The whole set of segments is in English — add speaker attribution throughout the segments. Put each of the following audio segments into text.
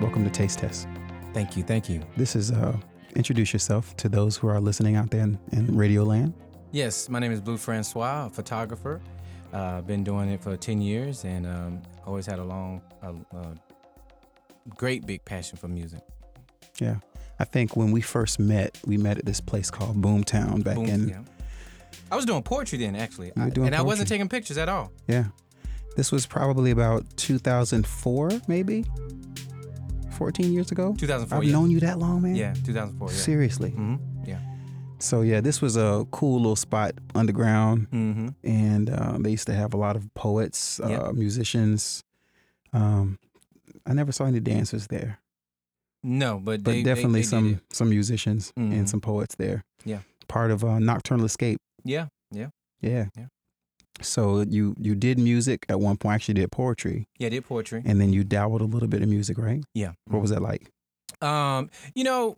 Speaker 1: Welcome to Taste Test.
Speaker 2: Thank you. Thank you.
Speaker 1: This is uh, introduce yourself to those who are listening out there in, in Radio Land.
Speaker 2: Yes, my name is Blue Francois, a photographer. Uh, I've been doing it for 10 years and um, always had a long, a, a great big passion for music.
Speaker 1: Yeah, I think when we first met, we met at this place called Boomtown back
Speaker 2: Boom,
Speaker 1: in.
Speaker 2: yeah. I was doing poetry then, actually.
Speaker 1: were
Speaker 2: I-
Speaker 1: doing
Speaker 2: and I wasn't
Speaker 1: poetry.
Speaker 2: taking pictures at all.
Speaker 1: Yeah. This was probably about 2004, maybe 14 years ago.
Speaker 2: 2004,
Speaker 1: I've
Speaker 2: yeah.
Speaker 1: known you that long, man.
Speaker 2: Yeah, 2004. Yeah.
Speaker 1: Seriously.
Speaker 2: hmm Yeah.
Speaker 1: So, yeah, this was a cool little spot underground.
Speaker 2: hmm
Speaker 1: And um, they used to have a lot of poets, uh,
Speaker 2: Yeah.
Speaker 1: musicians. Um, I never saw any dancers there,
Speaker 2: No, but,
Speaker 1: but
Speaker 2: they, they-
Speaker 1: definitely
Speaker 2: they did
Speaker 1: some
Speaker 2: it.
Speaker 1: some musicians and
Speaker 2: Mhm.
Speaker 1: some poets there.
Speaker 2: Yeah.
Speaker 1: Part of uh, Nocturnal Escape.
Speaker 2: Yeah.
Speaker 1: Yeah.
Speaker 2: Yeah.
Speaker 1: So you you did music at one point. Actually, did poetry.
Speaker 2: Yeah, did poetry.
Speaker 1: and then you dabbled a little bit of music, right?
Speaker 2: Yeah.
Speaker 1: What was that like?
Speaker 2: Um, you know,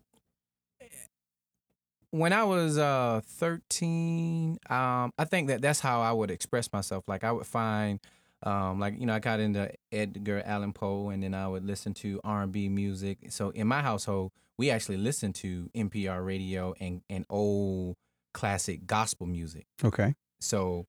Speaker 2: when I was uh 13, um, I think that that's how I would express myself. Like I would find, um, like you know, I got into Edgar Allan Poe, and then I would listen to R&B music. So in my household, we actually listened to NPR radio and and old classic gospel music.
Speaker 1: Okay.
Speaker 2: So,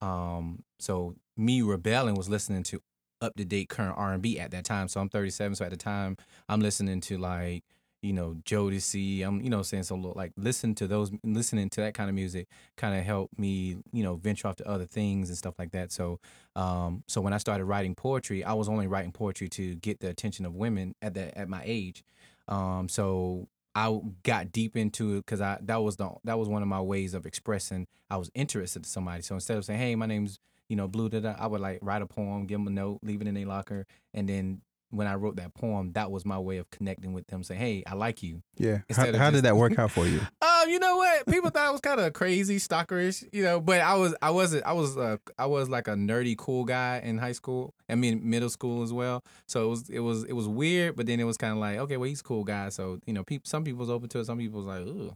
Speaker 2: um, so me rebelling was listening to up to date current R and B at that time. So I'm 37. So at the time, I'm listening to like you know Jodeci. I'm you know saying so lo- like listen to those listening to that kind of music kind of helped me you know venture off to other things and stuff like that. So, um, so when I started writing poetry, I was only writing poetry to get the attention of women at that at my age. Um, so I got deep into it because I that was the that was one of my ways of expressing I was interested to somebody. So instead of saying, "Hey, my name's you know Blue," da, da, I would like write a poem, give them a note, leave it in their locker, and then when I wrote that poem, that was my way of connecting with them. Say, "Hey, I like you."
Speaker 1: Yeah. How,
Speaker 2: Instead of
Speaker 1: how
Speaker 2: just-
Speaker 1: did that work out for you?
Speaker 2: Um, you know what? People thought I was kind of crazy, stalkerish, you know. But I was, I wasn't, I was, uh, I was like a nerdy, cool guy in high school. I mean, middle school as well. So it was, it was, it was weird. But then it was kind of like, okay, well, he's a cool guy. So you know, peop some people's open to it. Some people's like, ooh,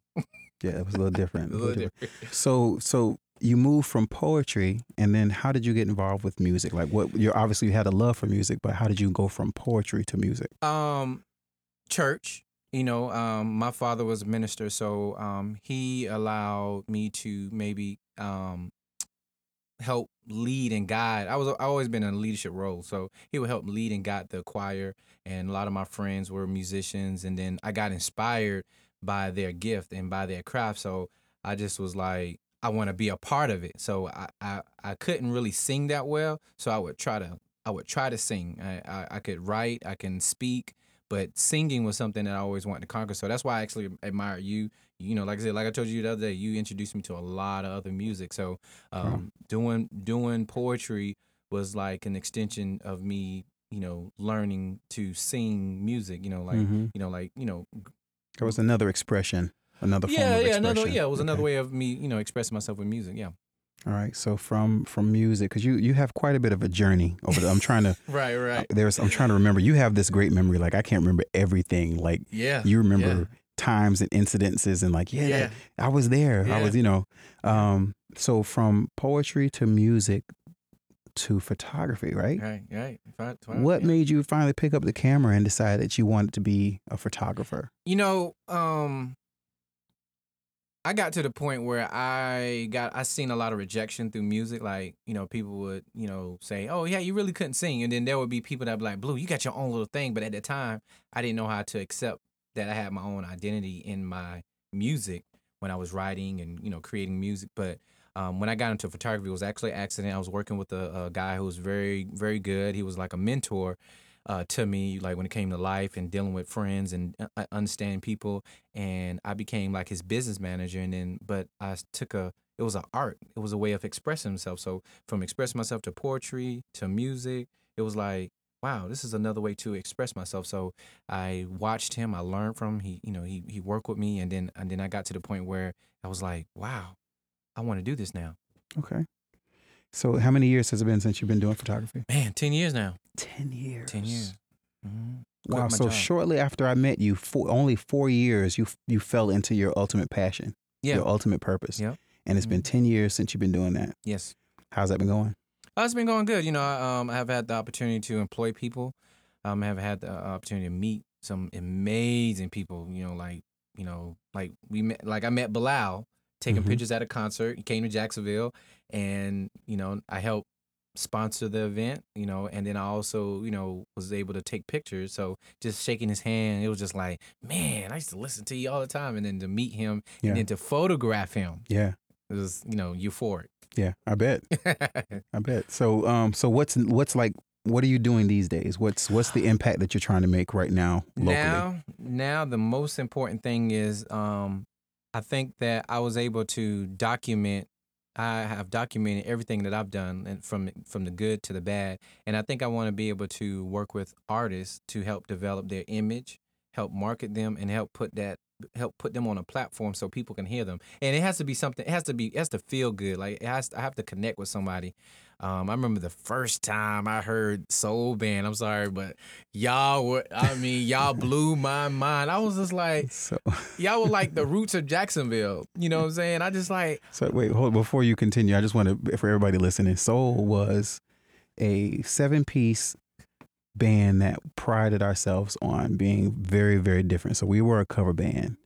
Speaker 1: Yeah, it was a little different.
Speaker 2: a little different.
Speaker 1: So, so you moved from poetry, and then how did you get involved with music? Like, what you obviously you had a love for music, but how did you go from poetry to music?
Speaker 2: Um, church. You know, um, my father was a minister, so um, he allowed me to maybe um, help lead and guide. I was I always been in a leadership role, so he would help lead and guide the choir. And a lot of my friends were musicians, and then I got inspired by their gift and by their craft. So I just was like, I want to be a part of it. So I, I I couldn't really sing that well, so I would try to I would try to sing. I, I, I could write, I can speak, but singing was something that I always wanted to conquer. So that's why I actually admire you. You know, like I said, like I told you the other day, you introduced me to a lot of other music. So um, doing doing poetry was like an extension of me, you know, learning to sing music. You know, like
Speaker 1: Mhm.
Speaker 2: you know, like you know,
Speaker 1: There was another expression, another form
Speaker 2: yeah,
Speaker 1: of
Speaker 2: yeah,
Speaker 1: expression.
Speaker 2: another yeah, it was another
Speaker 1: Okay.
Speaker 2: way of me, you know, expressing myself with music. Yeah,
Speaker 1: All right. So from from music, because you you have quite a bit of a journey over. The, I'm trying to
Speaker 2: right, right,
Speaker 1: there's I'm trying to remember. You have this great memory. Like I can't remember everything. Like
Speaker 2: yeah.
Speaker 1: you remember times and incidences and like yeah, that- I was there. I
Speaker 2: Yeah.
Speaker 1: was, you know. Um, so from poetry to music to photography, right?
Speaker 2: right, right. Fine, fine,
Speaker 1: What
Speaker 2: yeah.
Speaker 1: made you finally pick up the camera and decide that you wanted to be a photographer?
Speaker 2: You know, um I got to the point where I got I seen a lot of rejection through music. Like, you know, people would, you know, say, Oh yeah, you really couldn't sing. And then there would be people that be like, Blue, you got your own little thing. But at the time, I didn't know how to accept that I had my own identity in my music when I was writing and, you know, creating music. But um, when I got into photography, it was actually an accident. I was working with a, a guy who was very, very good. He was like a mentor uh, to me, like when it came to life and dealing with friends and uh, uh, understanding people. And I became like his business manager. And then, but I s- took a, it was an art, it was a way of expressing myself. So from expressing myself to poetry to music, it was like, wow, this is another way to express myself. So I watched him, I learned from him, he, you know, he, he worked with me. And then, and then I got to the point where I was like, wow, I want to do this now.
Speaker 1: Okay. So how many years has it been since you've been doing photography?
Speaker 2: Man, 10 years now.
Speaker 1: Ten years.
Speaker 2: 10 years. hmm Quit
Speaker 1: Wow.
Speaker 2: my
Speaker 1: So
Speaker 2: job.
Speaker 1: shortly after I met you, four, only four years, you you fell into your ultimate passion,
Speaker 2: Yeah.
Speaker 1: your ultimate purpose.
Speaker 2: Yep. Mm-hmm.
Speaker 1: And it's been ten years since you've been doing that.
Speaker 2: Yes.
Speaker 1: How's that been going?
Speaker 2: Oh, it's been going good. You know, I, um, I've had the opportunity to employ people. um, have had the opportunity to meet some amazing people. You know, like you know, like we met, like I met Bilal taking
Speaker 1: Mhm.
Speaker 2: pictures at a concert. He came to Jacksonville, and you know, I helped sponsor the event. You know, and then I also you know was able to take pictures. So just shaking his hand, it was just like, man, I used to listen to you all the time, and then to meet him
Speaker 1: Yeah.
Speaker 2: and then to photograph him
Speaker 1: Yeah.
Speaker 2: it was you know euphoric.
Speaker 1: Yeah. I bet. I bet. So, um, so what's what's like? What are you doing these days? What's what's the impact that you're trying to make right now locally?
Speaker 2: Now, now the most important thing is, um, I think that I was able to document. I have documented everything that I've done, and from from the good to the bad. And I think I want to be able to work with artists to help develop their image, help market them, and help put that help put them on a platform so people can hear them. And it has to be something. It has to be. It has to feel good. Like it has. I have to connect with somebody. Um, I remember the first time I heard Soul Band. I'm sorry, but y'all were. I mean, y'all blew my mind. I was just like,
Speaker 1: So,
Speaker 2: y'all were like the roots of Jacksonville. You know what I'm saying? I just like
Speaker 1: so wait, hold before you continue. I just want to for everybody listening. Soul was a seven piece band that prided ourselves on being very very different. So we were a cover band,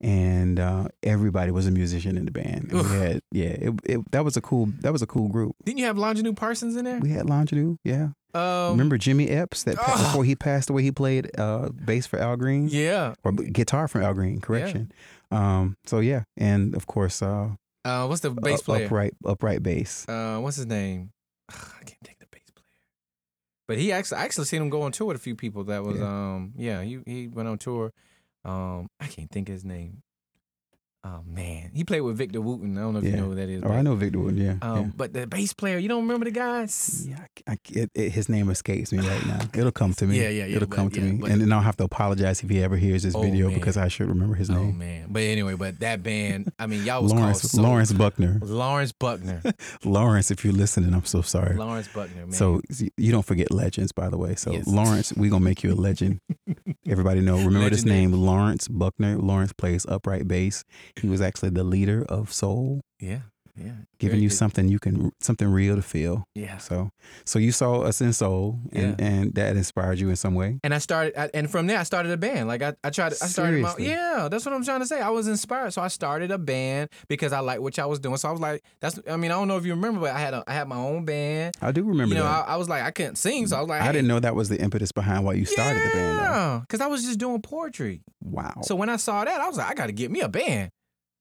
Speaker 1: and uh, everybody was a musician in the band. And we
Speaker 2: Oof.
Speaker 1: had yeah, it, it, that was a cool that was a cool group.
Speaker 2: didn't you have New Parsons in there?
Speaker 1: We had Longitude, yeah.
Speaker 2: Um,
Speaker 1: Remember Jimmy Epps that pa-
Speaker 2: Ugh.
Speaker 1: before he passed away, he played uh, bass for Al Green
Speaker 2: Yeah.
Speaker 1: or b- guitar for Al Green. Correction. Um, so yeah, and of course, uh,
Speaker 2: Uh, what's the bass
Speaker 1: u-
Speaker 2: player?
Speaker 1: upright upright bass.
Speaker 2: Uh, what's his name? I can't think of the bass player. But he actually, I actually seen him go on tour with a few people. That was, um, yeah, he he went on tour. Um, I can't think of his name. Oh man, he played with Victor Wooten. I don't know if you
Speaker 1: Yeah.
Speaker 2: know who that is.
Speaker 1: Oh, I know Victor Wood. Yeah.
Speaker 2: but- Um, but the bass player, you don't remember the guys?
Speaker 1: yeah. yeah I c- I c- it, it- his name escapes me right now. It'll come to me.
Speaker 2: Yeah, yeah, yeah,
Speaker 1: It'll
Speaker 2: but-
Speaker 1: come to
Speaker 2: yeah,
Speaker 1: me,
Speaker 2: but-
Speaker 1: and then I'll have to apologize if he ever hears this
Speaker 2: Oh,
Speaker 1: video
Speaker 2: man.
Speaker 1: because I should remember his
Speaker 2: Oh
Speaker 1: name.
Speaker 2: man, but anyway, but that band, I mean, y'all was called
Speaker 1: Lawrence
Speaker 2: Soul-
Speaker 1: Lawrence Buckner.
Speaker 2: Lawrence Buckner,
Speaker 1: Lawrence, if you're listening, I'm so sorry.
Speaker 2: Lawrence Buckner, man.
Speaker 1: So s- you don't forget legends, by the way. So
Speaker 2: Yes.
Speaker 1: Lawrence, we gonna make you a legend. Everybody know. Remember this
Speaker 2: Legendary.
Speaker 1: name, Lawrence Buckner. Lawrence plays upright bass. He was actually the leader of soul,
Speaker 2: yeah, yeah,
Speaker 1: giving
Speaker 2: Very
Speaker 1: you
Speaker 2: good.
Speaker 1: something you can, something real to feel.
Speaker 2: Yeah,
Speaker 1: So, so you saw us in soul, and, and that inspired you in some way.
Speaker 2: and I started, I, and from there I started a band. Like I, I tried, I started my,
Speaker 1: Seriously?
Speaker 2: yeah, that's what I'm trying to say. I was inspired, so I started a band because I liked what y'all was doing. So I was like, that's, I mean, I don't know if you remember, but I had, a, I had my own band.
Speaker 1: I do remember
Speaker 2: you know,
Speaker 1: that.
Speaker 2: I, I was like, I couldn't sing, so I was like,
Speaker 1: I, didn't know that was the impetus behind why you started the band. though. Oh.
Speaker 2: because I was just doing poetry.
Speaker 1: Wow.
Speaker 2: So when I saw that, I was like, I got to get me a band.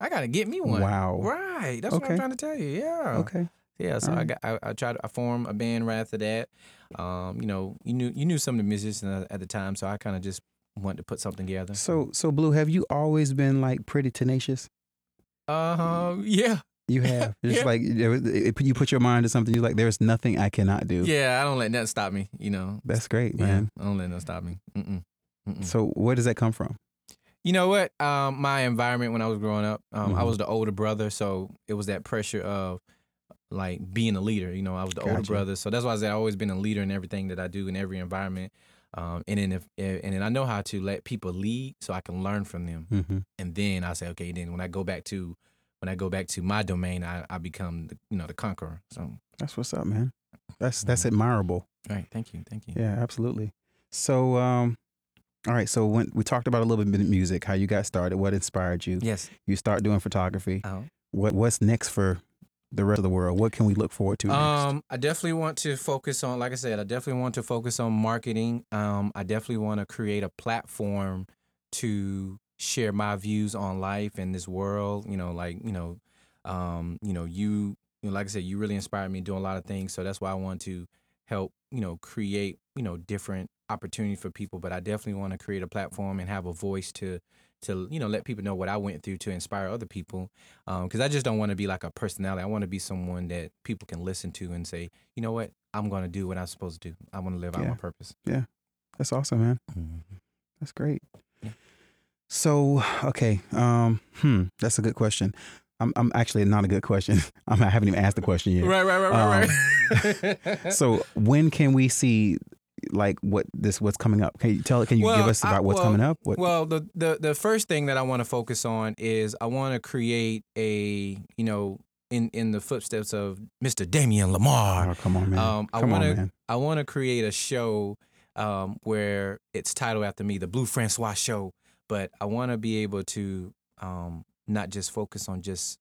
Speaker 2: I got to get me one.
Speaker 1: wow.
Speaker 2: Right. That's what
Speaker 1: Okay.
Speaker 2: I'm trying to tell you. Yeah.
Speaker 1: Okay.
Speaker 2: Yeah, so I
Speaker 1: Alright.
Speaker 2: got I, I tried I formed a band right after that. Um, you know, you knew you knew some of the musicians at the time, so I kind of just wanted to put something together.
Speaker 1: So, so Blue, have you always been like pretty tenacious?
Speaker 2: uh huh,
Speaker 1: Mm-hmm.
Speaker 2: yeah,
Speaker 1: You have. It's
Speaker 2: Yeah.
Speaker 1: like you know, it- it- you put your mind to something. You're like, there's nothing I cannot do.
Speaker 2: yeah. I don't let nothing stop me. You know,
Speaker 1: That's great, man.
Speaker 2: Yeah, Mm. I don't let nothing stop me. Mm-mm. Mm-mm.
Speaker 1: So where does that come from?
Speaker 2: You know what? Um, my environment when I was growing up, um, I
Speaker 1: Mhm.
Speaker 2: was the older brother, so it was that pressure of like being a leader. You know, I was the older
Speaker 1: Gotcha.
Speaker 2: brother, so that's why I said I've always been a leader in everything that I do in every environment. Um, and then if and then I know how to let people lead, so I can learn from them.
Speaker 1: Mm-hmm.
Speaker 2: And then I say, okay, then when I go back to when I go back to my domain, I, I become the, you know the conqueror. So, all
Speaker 1: That's what's up, man. That's that's admirable.
Speaker 2: right, thank you, thank you.
Speaker 1: Yeah, absolutely. So, um, all right. So when we talked about a little bit of music, how you got started, what inspired you.
Speaker 2: Yes.
Speaker 1: You start doing photography.
Speaker 2: Oh.
Speaker 1: What what's next for the rest of the world? What can we look forward to next?
Speaker 2: Um, I definitely want to focus on, like I said, I definitely want to focus on marketing. Um, I definitely want to create a platform to share my views on life and this world. You know, like you know, um, you know, you, you know, like I said, you really inspired me doing a lot of things. So that's why I want to help, you know, create, you know, different opportunities for people. But I definitely want to create a platform and have a voice to, to you know, let people know what I went through to inspire other people because Um, I just don't want to be like a personality. I want to be someone that people can listen to and say, you know what, I'm going to do what I'm supposed to do. I want to live out
Speaker 1: Yeah. Mm-hmm.
Speaker 2: my purpose.
Speaker 1: that's awesome, man. That's great.
Speaker 2: Yeah.
Speaker 1: So, okay. Um, hmm, that's a good question. I'm, I'm actually not a good question. I'm, I haven't even asked the question yet.
Speaker 2: Right, right, right, right, right.
Speaker 1: Um, So, when can we see like what this what's coming up? Can you tell can you give
Speaker 2: Well,
Speaker 1: us
Speaker 2: I-
Speaker 1: about what's
Speaker 2: well,
Speaker 1: coming up? What
Speaker 2: Well, the, the the first thing that I want to focus on is I want to create a you know in in the footsteps of Mr. Damian Lamar.
Speaker 1: Oh, come on, man.
Speaker 2: um, I
Speaker 1: come on,
Speaker 2: wanna-
Speaker 1: man.
Speaker 2: I want to create a show um, where it's titled after me, the Blue Francois Show. But I want to be able to um, not just focus on just,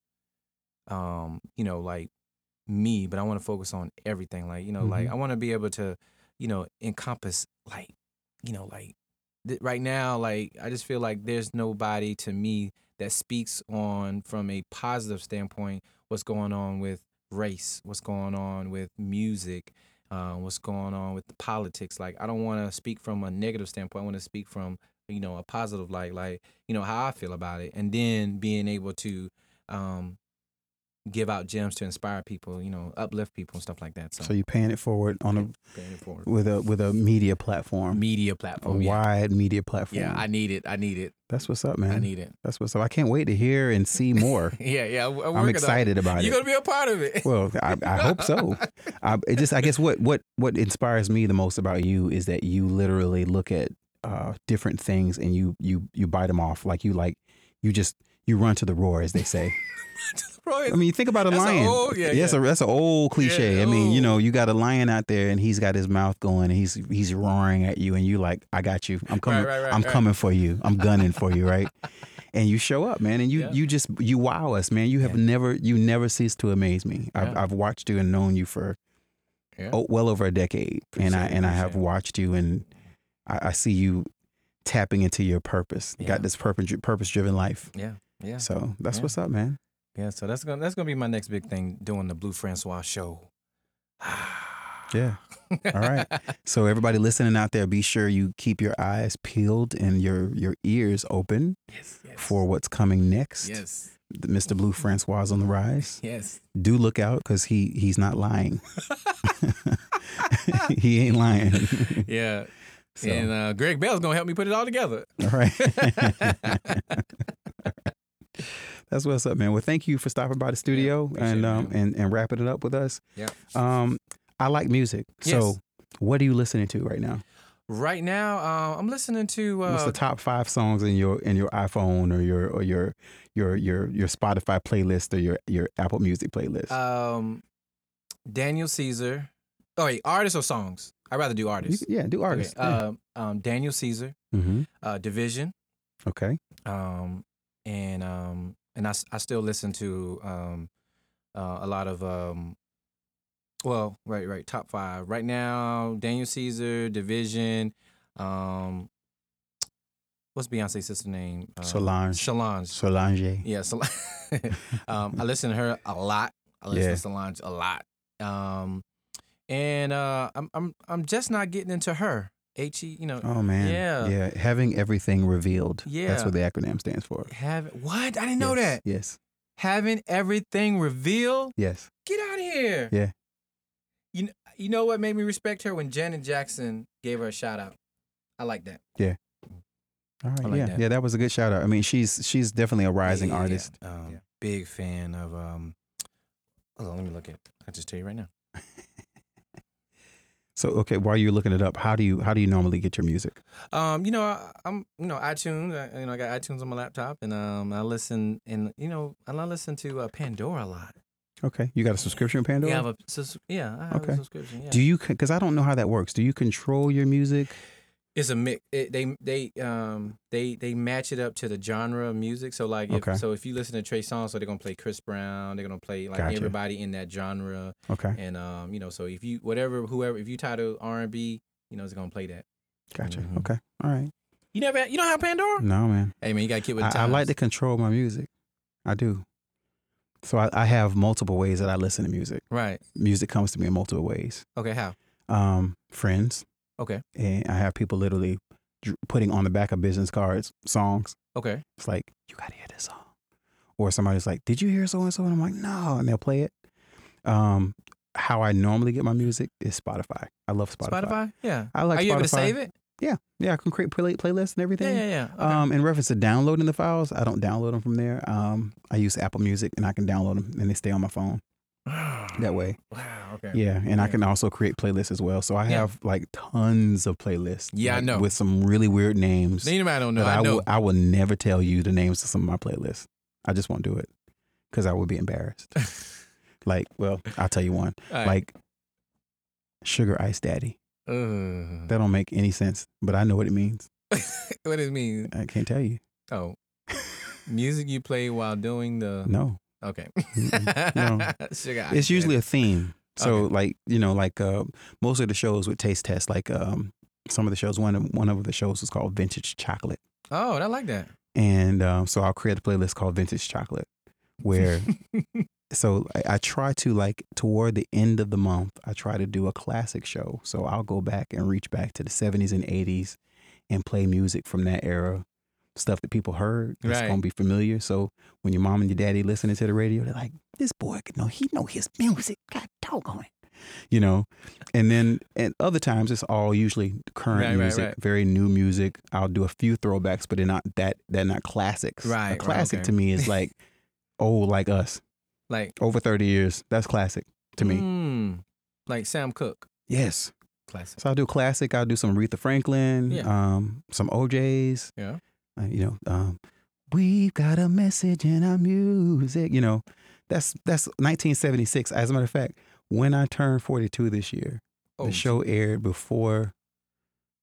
Speaker 2: um, you know, like me, but I want to focus on everything. Like, you know, like
Speaker 1: Mhm.
Speaker 2: I want to be able to, you know, encompass like, you know, like th- right now, like I just feel like there's nobody to me that speaks on from a positive standpoint what's going on with race, what's going on with music, uh, what's going on with the politics. Like, I don't want to speak from a negative standpoint. I want to speak from, you know, a positive light, like, you know, how I feel about it. And then being able to um, give out gems to inspire people, you know, uplift people and stuff like that. So,
Speaker 1: So you paying it forward on a
Speaker 2: paying it forward.
Speaker 1: with a with a media platform,
Speaker 2: media
Speaker 1: a
Speaker 2: platform. oh, Yeah.
Speaker 1: wide media platform.
Speaker 2: yeah, I need it. I need it.
Speaker 1: That's what's up, man.
Speaker 2: I need it.
Speaker 1: That's what's up. I can't wait to hear and see more.
Speaker 2: Yeah, yeah. I- I'm,
Speaker 1: I'm
Speaker 2: working on it.
Speaker 1: excited about it.
Speaker 2: You're going to be a part of it.
Speaker 1: Well, I, I hope so. I, it just I guess what what what inspires me the most about you is that you literally look at uh, different things and you you you bite them off like you like you just you run to the roar as they say.
Speaker 2: Roy,
Speaker 1: I mean, think about a
Speaker 2: That's a
Speaker 1: lion.
Speaker 2: old- yeah,
Speaker 1: that's
Speaker 2: yeah.
Speaker 1: a that's an old cliche.
Speaker 2: Yeah, oh.
Speaker 1: I mean, you
Speaker 2: old.
Speaker 1: know, you got a lion out there and he's got his mouth going and he's he's roaring at you and you like, I got you. I'm coming.
Speaker 2: right, right,
Speaker 1: I'm
Speaker 2: right.
Speaker 1: coming for you. I'm gunning for you, right? And you show up, man, and you
Speaker 2: Yeah.
Speaker 1: you just you wow us, man. You have
Speaker 2: Yeah.
Speaker 1: never you never ceased to amaze me. I've,
Speaker 2: Yeah.
Speaker 1: I've watched you and known you for
Speaker 2: Yeah.
Speaker 1: oh, well over a decade, and I
Speaker 2: Appreciate it,
Speaker 1: and I have
Speaker 2: appreciate it.
Speaker 1: watched you and I, I see you tapping into your purpose. You
Speaker 2: Yeah.
Speaker 1: got this purpose purpose driven life.
Speaker 2: yeah, yeah.
Speaker 1: So that's
Speaker 2: Yeah.
Speaker 1: what's up, man.
Speaker 2: Yeah, so that's gonna that's gonna be my next big thing doing the Blue Francois show.
Speaker 1: Yeah. All right. So everybody listening out there, be sure you keep your eyes peeled and your your ears open
Speaker 2: yes, yes.
Speaker 1: for what's coming next.
Speaker 2: Yes.
Speaker 1: The Mr. Blue Francois is on the rise.
Speaker 2: Yes.
Speaker 1: Do look out because he he's not lying. he ain't lying.
Speaker 2: Yeah.
Speaker 1: So,
Speaker 2: And uh, Greg Bell's gonna help me put it all together.
Speaker 1: all right. That's what's up, man. Well, thank you for stopping by the studio
Speaker 2: appreciate
Speaker 1: and
Speaker 2: it,
Speaker 1: um and, and wrapping it up with us.
Speaker 2: Yeah.
Speaker 1: Um, I like music. So
Speaker 2: Yes.
Speaker 1: what are you listening to right now?
Speaker 2: Right now, uh, I'm listening to uh,
Speaker 1: What's the top five songs in your in your iPhone or your or your your your your Spotify playlist or your your Apple Music playlist?
Speaker 2: um Daniel Caesar. Oh wait, artists or songs? I'd rather do
Speaker 1: You
Speaker 2: artists.
Speaker 1: can- yeah, do artists.
Speaker 2: Okay.
Speaker 1: yeah.
Speaker 2: Um, um, Daniel Caesar,
Speaker 1: Mhm.
Speaker 2: uh, Division,
Speaker 1: Okay.
Speaker 2: um, and um, and I, s- I still listen to um, uh, a lot of um, well, right, right, top five right now. Daniel Caesar, Division, um, what's Beyonce's sister name? Uh,
Speaker 1: Solange.
Speaker 2: Solange.
Speaker 1: Solange.
Speaker 2: Yeah, Sol- um, I listen to her a lot. I listen
Speaker 1: Yeah.
Speaker 2: to Solange a lot. Um, and uh, I'm I'm I'm just not getting into her. H E, you know.
Speaker 1: Oh man.
Speaker 2: Yeah.
Speaker 1: Yeah. Having everything revealed. That's
Speaker 2: Yeah.
Speaker 1: what the acronym stands for.
Speaker 2: Have what? I didn't know
Speaker 1: Oh. Yes,
Speaker 2: that.
Speaker 1: Yes.
Speaker 2: having everything revealed.
Speaker 1: Yes.
Speaker 2: Get out of here.
Speaker 1: Yeah.
Speaker 2: You kn- you know what made me respect her when Janet Jackson gave her a shout out. I like that.
Speaker 1: All right.
Speaker 2: I like
Speaker 1: yeah.
Speaker 2: that.
Speaker 1: Yeah. That was a good shout out. I mean, she's she's definitely a rising
Speaker 2: Yeah, yeah, yeah.
Speaker 1: artist.
Speaker 2: Um,
Speaker 1: Yeah.
Speaker 2: Big fan of. Um, hold on, let me look at. I just tell you right now.
Speaker 1: So okay, while you're looking it up, how do you how do you normally get your music?
Speaker 2: Um, you know, I, I'm you know iTunes. I, you know, I got iTunes on my laptop, and um, I listen and you know, and I listen to uh, Pandora a lot.
Speaker 1: Okay. You got a subscription, Pandora?
Speaker 2: Yeah, I have a sus- yeah, I have
Speaker 1: Okay.
Speaker 2: a subscription. Yeah.
Speaker 1: Do you because I don't know how that works? Do you control your music?
Speaker 2: It's a mix. It, they they um they they match it up to the genre of music. So like if,
Speaker 1: Okay.
Speaker 2: so if you listen to Trey Songz, so they're gonna play Chris Brown. They're gonna play like
Speaker 1: Gotcha.
Speaker 2: everybody in that genre.
Speaker 1: Okay.
Speaker 2: And um you know so if you whatever whoever if you title R and B, you know it's gonna play that.
Speaker 1: Gotcha.
Speaker 2: Mhm.
Speaker 1: Okay. All right.
Speaker 2: You never you don't have Pandora.
Speaker 1: No, man.
Speaker 2: Hey man, you gotta keep with the
Speaker 1: I, I like to
Speaker 2: times.
Speaker 1: control my music. I do. So I, I have multiple ways that I listen to music.
Speaker 2: right.
Speaker 1: Music comes to me in multiple ways.
Speaker 2: Okay, how
Speaker 1: Um, friends.
Speaker 2: Okay.
Speaker 1: And I have people literally dr- putting on the back of business cards songs.
Speaker 2: okay
Speaker 1: It's like you got to hear this song, or somebody's like, "Did you hear so and so?" And I'm like, "No," and they'll play it. Um, how I normally get my music is Spotify. I love Spotify.
Speaker 2: Spotify? Yeah.
Speaker 1: I like
Speaker 2: Are
Speaker 1: Spotify.
Speaker 2: you able to save it?
Speaker 1: Yeah, I can create play- playlists and everything.
Speaker 2: Yeah, yeah, yeah. Okay.
Speaker 1: Um, in reference to downloading the files, I don't download them from there. Um, I use Apple Music and I can download them and they stay on my phone that way.
Speaker 2: wow. Okay.
Speaker 1: Yeah, and I
Speaker 2: Yeah.
Speaker 1: can also create playlists as well. So I
Speaker 2: Yeah.
Speaker 1: have like tons of playlists.
Speaker 2: Yeah, I
Speaker 1: like,
Speaker 2: know.
Speaker 1: With some really weird names.
Speaker 2: Neither man I don't know.
Speaker 1: that
Speaker 2: I know.
Speaker 1: Will, I will never tell you the names of some of my playlists. I just won't do it because I would be embarrassed. like, well, I'll tell you one.
Speaker 2: All right.
Speaker 1: Like Sugar Ice Daddy.
Speaker 2: Ugh.
Speaker 1: That don't make any sense, but I know what it means.
Speaker 2: what does it mean?
Speaker 1: I can't tell you.
Speaker 2: Oh, music you play while doing the.
Speaker 1: No.
Speaker 2: Okay.
Speaker 1: Mm-mm. No.
Speaker 2: Sugar, Uh, I
Speaker 1: It's
Speaker 2: get
Speaker 1: usually
Speaker 2: it.
Speaker 1: a theme. So
Speaker 2: Okay.
Speaker 1: like, you know, like uh, most of the shows with taste tests, like um, some of the shows, one of, one of the shows was called Vintage Chocolate.
Speaker 2: Oh, I like that.
Speaker 1: And um, so I'll create a playlist called Vintage Chocolate where so I, I try to like toward the end of the month i try to do a classic show so i'll go back and reach back to the 70s and 80s and play music from that era stuff that people heard that's
Speaker 2: Right.
Speaker 1: gonna be familiar so when your mom and your daddy listening to the radio they're like this boy could know he know his music god doggone it you know and then at other times it's all usually current
Speaker 2: Right, right,
Speaker 1: music
Speaker 2: right.
Speaker 1: very new music i'll do a few throwbacks but they're not that they're not classics
Speaker 2: Right,
Speaker 1: a
Speaker 2: right,
Speaker 1: classic
Speaker 2: okay.
Speaker 1: to me is like old like us
Speaker 2: like
Speaker 1: over 30 years. That's classic to me.
Speaker 2: mm, like Sam Cooke,
Speaker 1: Yes.
Speaker 2: classic.
Speaker 1: So I'll do classic. I'll do some Aretha Franklin,
Speaker 2: Yeah.
Speaker 1: um, some OJs.
Speaker 2: Yeah.
Speaker 1: Uh, you know, um, we've got a message in our music. You know, that's that's 1976. As a matter of fact, when I turned 42 this year,
Speaker 2: Oh.
Speaker 1: the show aired before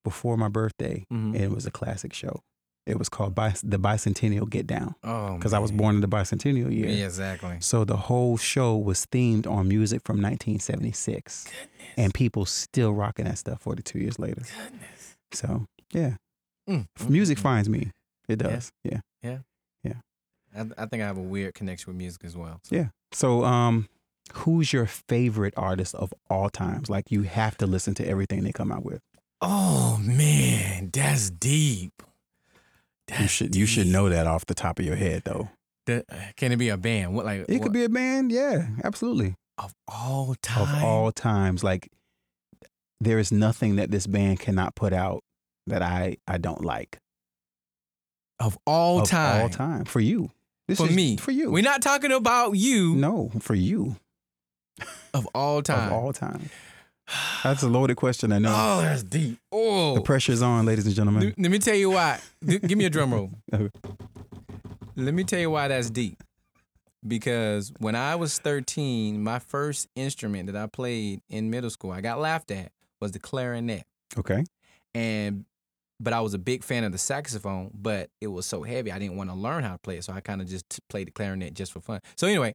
Speaker 1: before my birthday,
Speaker 2: mhm.
Speaker 1: and it was a classic show. It was called Bi- the Bicentennial Get Down
Speaker 2: Oh,
Speaker 1: because I was
Speaker 2: man.
Speaker 1: born in the Bicentennial year.
Speaker 2: Yeah, exactly.
Speaker 1: So the whole show was themed on music from 1976, and people still rocking that stuff 42 years later.
Speaker 2: Goodness.
Speaker 1: So yeah,
Speaker 2: Mm,
Speaker 1: F-
Speaker 2: mm,
Speaker 1: music
Speaker 2: mm.
Speaker 1: finds me. It
Speaker 2: Yeah.
Speaker 1: does. Mm-hmm. Yeah.
Speaker 2: I, I think I have a weird connection with music as well.
Speaker 1: Yeah. So um, who's your favorite artist of all times? Like you have to listen to everything they come out with.
Speaker 2: Oh man, that's deep.
Speaker 1: You
Speaker 2: That's
Speaker 1: should you should
Speaker 2: deep.
Speaker 1: know that off the top of your head though.
Speaker 2: The- can it be a band? What like
Speaker 1: It
Speaker 2: what-
Speaker 1: could be a band. Yeah, absolutely.
Speaker 2: of all
Speaker 1: Of
Speaker 2: time.
Speaker 1: all times, like there is nothing that this band cannot put out that I I don't like.
Speaker 2: of all
Speaker 1: of
Speaker 2: time.
Speaker 1: all time for you. This
Speaker 2: For
Speaker 1: is
Speaker 2: me.
Speaker 1: for you.
Speaker 2: We're not talking about you.
Speaker 1: no, for you
Speaker 2: Of all time.
Speaker 1: of all time. That's a loaded question. I know.
Speaker 2: Oh, that's deep.
Speaker 1: The
Speaker 2: Oh.
Speaker 1: pressure's on, ladies and gentlemen.
Speaker 2: Let, let me tell you why. Th- Give me a drum roll.
Speaker 1: Okay.
Speaker 2: Let me tell you why that's deep. Because when I was 13, my first instrument that I played in middle school, I got laughed at, was the clarinet.
Speaker 1: Okay.
Speaker 2: and but I was a big fan of the saxophone, but it was so heavy I didn't want to learn how to play it, so I kind of just t- played the clarinet just for fun. So anyway,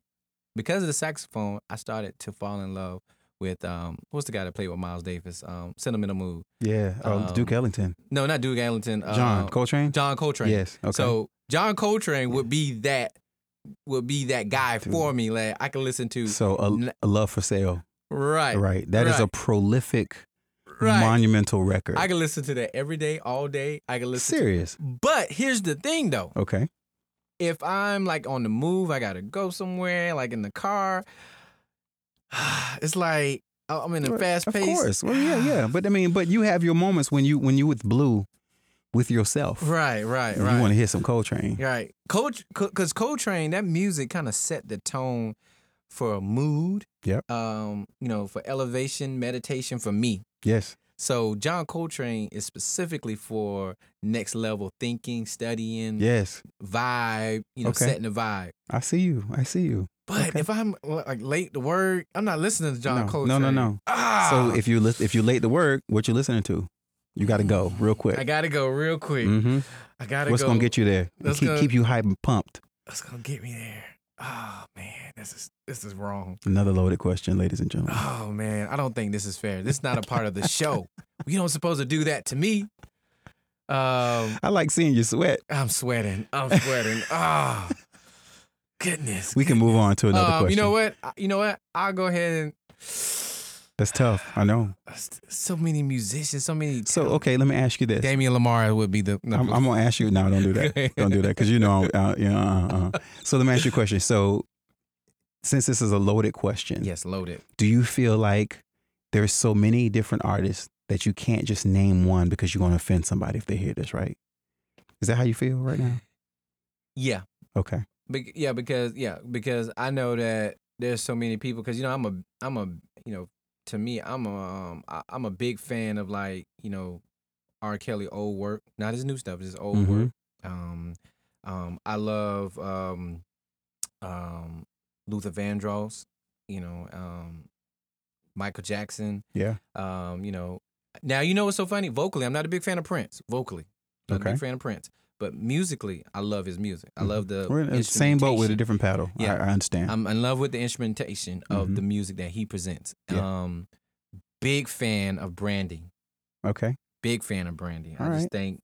Speaker 2: because of the saxophone, I started to fall in love with um what's the guy that played with Miles Davis? Um, Sentimental Mood.
Speaker 1: Yeah. Oh,
Speaker 2: Um,
Speaker 1: Duke Ellington.
Speaker 2: No, not Duke Ellington. Uh,
Speaker 1: John Coltrane?
Speaker 2: John Coltrane.
Speaker 1: Yes. Okay.
Speaker 2: So John Coltrane would be that would be that guy
Speaker 1: Dude.
Speaker 2: for me. Like I could listen to
Speaker 1: So a,
Speaker 2: n-
Speaker 1: a love for sale.
Speaker 2: right, right,
Speaker 1: Right. That is a
Speaker 2: Right.
Speaker 1: prolific monumental record.
Speaker 2: I could listen to that every day, all day. I could listen. to-
Speaker 1: Serious.
Speaker 2: but here's the thing, though.
Speaker 1: Okay.
Speaker 2: if I'm like on the move, I gotta go somewhere, like in the car. It's like I- I'm in a fast
Speaker 1: of
Speaker 2: pace.
Speaker 1: course. Well, yeah, yeah. But I mean, but you have your moments when you when you with Blue with yourself.
Speaker 2: Right, right,
Speaker 1: You want
Speaker 2: right.
Speaker 1: to hear some Coltrane.
Speaker 2: Right, Coach, because Coltrane, that music kind of set the tone for a mood.
Speaker 1: Yep.
Speaker 2: Um, you know, for elevation, meditation for me.
Speaker 1: Yes.
Speaker 2: Mm. So John Coltrane is specifically for next level thinking, studying,
Speaker 1: Yes.
Speaker 2: vibe. You know,
Speaker 1: Okay.
Speaker 2: setting the vibe.
Speaker 1: I see you. I see you.
Speaker 2: But
Speaker 1: Okay.
Speaker 2: if I'm like late to work, I'm not listening to John
Speaker 1: no,
Speaker 2: Coltrane.
Speaker 1: no, no, no.
Speaker 2: Ah,
Speaker 1: So if you lis- if you late to work, what you listening to? You got to go real quick.
Speaker 2: I gotta go real quick.
Speaker 1: hmm
Speaker 2: I gotta
Speaker 1: What's
Speaker 2: go.
Speaker 1: gonna get you there?
Speaker 2: Let's
Speaker 1: Keep,
Speaker 2: go.
Speaker 1: keep you hype and pumped.
Speaker 2: What's gonna get me there? Oh man, this is this is wrong.
Speaker 1: Another loaded question, ladies and gentlemen.
Speaker 2: Oh man, I don't think this is fair. This is not a part of the show. You don't supposed to do that to me. Um,
Speaker 1: I like seeing you sweat.
Speaker 2: I'm sweating. I'm sweating. Ah, goodness.
Speaker 1: We can move on to another
Speaker 2: Um,
Speaker 1: question.
Speaker 2: you know what? I- You know what? I'll go ahead and.
Speaker 1: That's tough. I know.
Speaker 2: So many musicians. So many.
Speaker 1: So okay, let me ask you this.
Speaker 2: Damian Lamar would be the. no.
Speaker 1: I'm, I'm gonna ask you. No, don't do that. Don't do that because you know. Uh, yeah. Uh, uh. So let me ask you a question. So since this is a loaded question,
Speaker 2: Yes, loaded.
Speaker 1: do you feel like there's so many different artists that you can't just name one because you're gonna offend somebody if they hear this? Right? Is that how you feel right now?
Speaker 2: Yeah.
Speaker 1: Okay.
Speaker 2: Bec yeah, because yeah, because I know that there's so many people. Because you know, I'm a, I'm a, you know, to me, I'm a, um, I, I'm a big fan of like, you know, R. Kelly old work, not his new stuff, his old
Speaker 1: Mhm.
Speaker 2: work. Um, um, I love um, um, Luther Vandross. You know, um, Michael Jackson.
Speaker 1: Yeah.
Speaker 2: Um, you know, Now you know what's so funny? Vocally, I'm not a big fan of Prince. Vocally, not a
Speaker 1: Okay.
Speaker 2: big fan of Prince. But musically, I love his music. I
Speaker 1: Mhm.
Speaker 2: love the
Speaker 1: We're in the same boat with a
Speaker 2: Uh, instrumentation.
Speaker 1: different paddle.
Speaker 2: Yeah.
Speaker 1: I, I understand.
Speaker 2: I'm in love with the instrumentation of
Speaker 1: Mhm.
Speaker 2: the music that he presents.
Speaker 1: Yeah.
Speaker 2: Um, big fan of Brandy.
Speaker 1: okay.
Speaker 2: Big fan of Brandy. I
Speaker 1: All
Speaker 2: just
Speaker 1: right.
Speaker 2: think,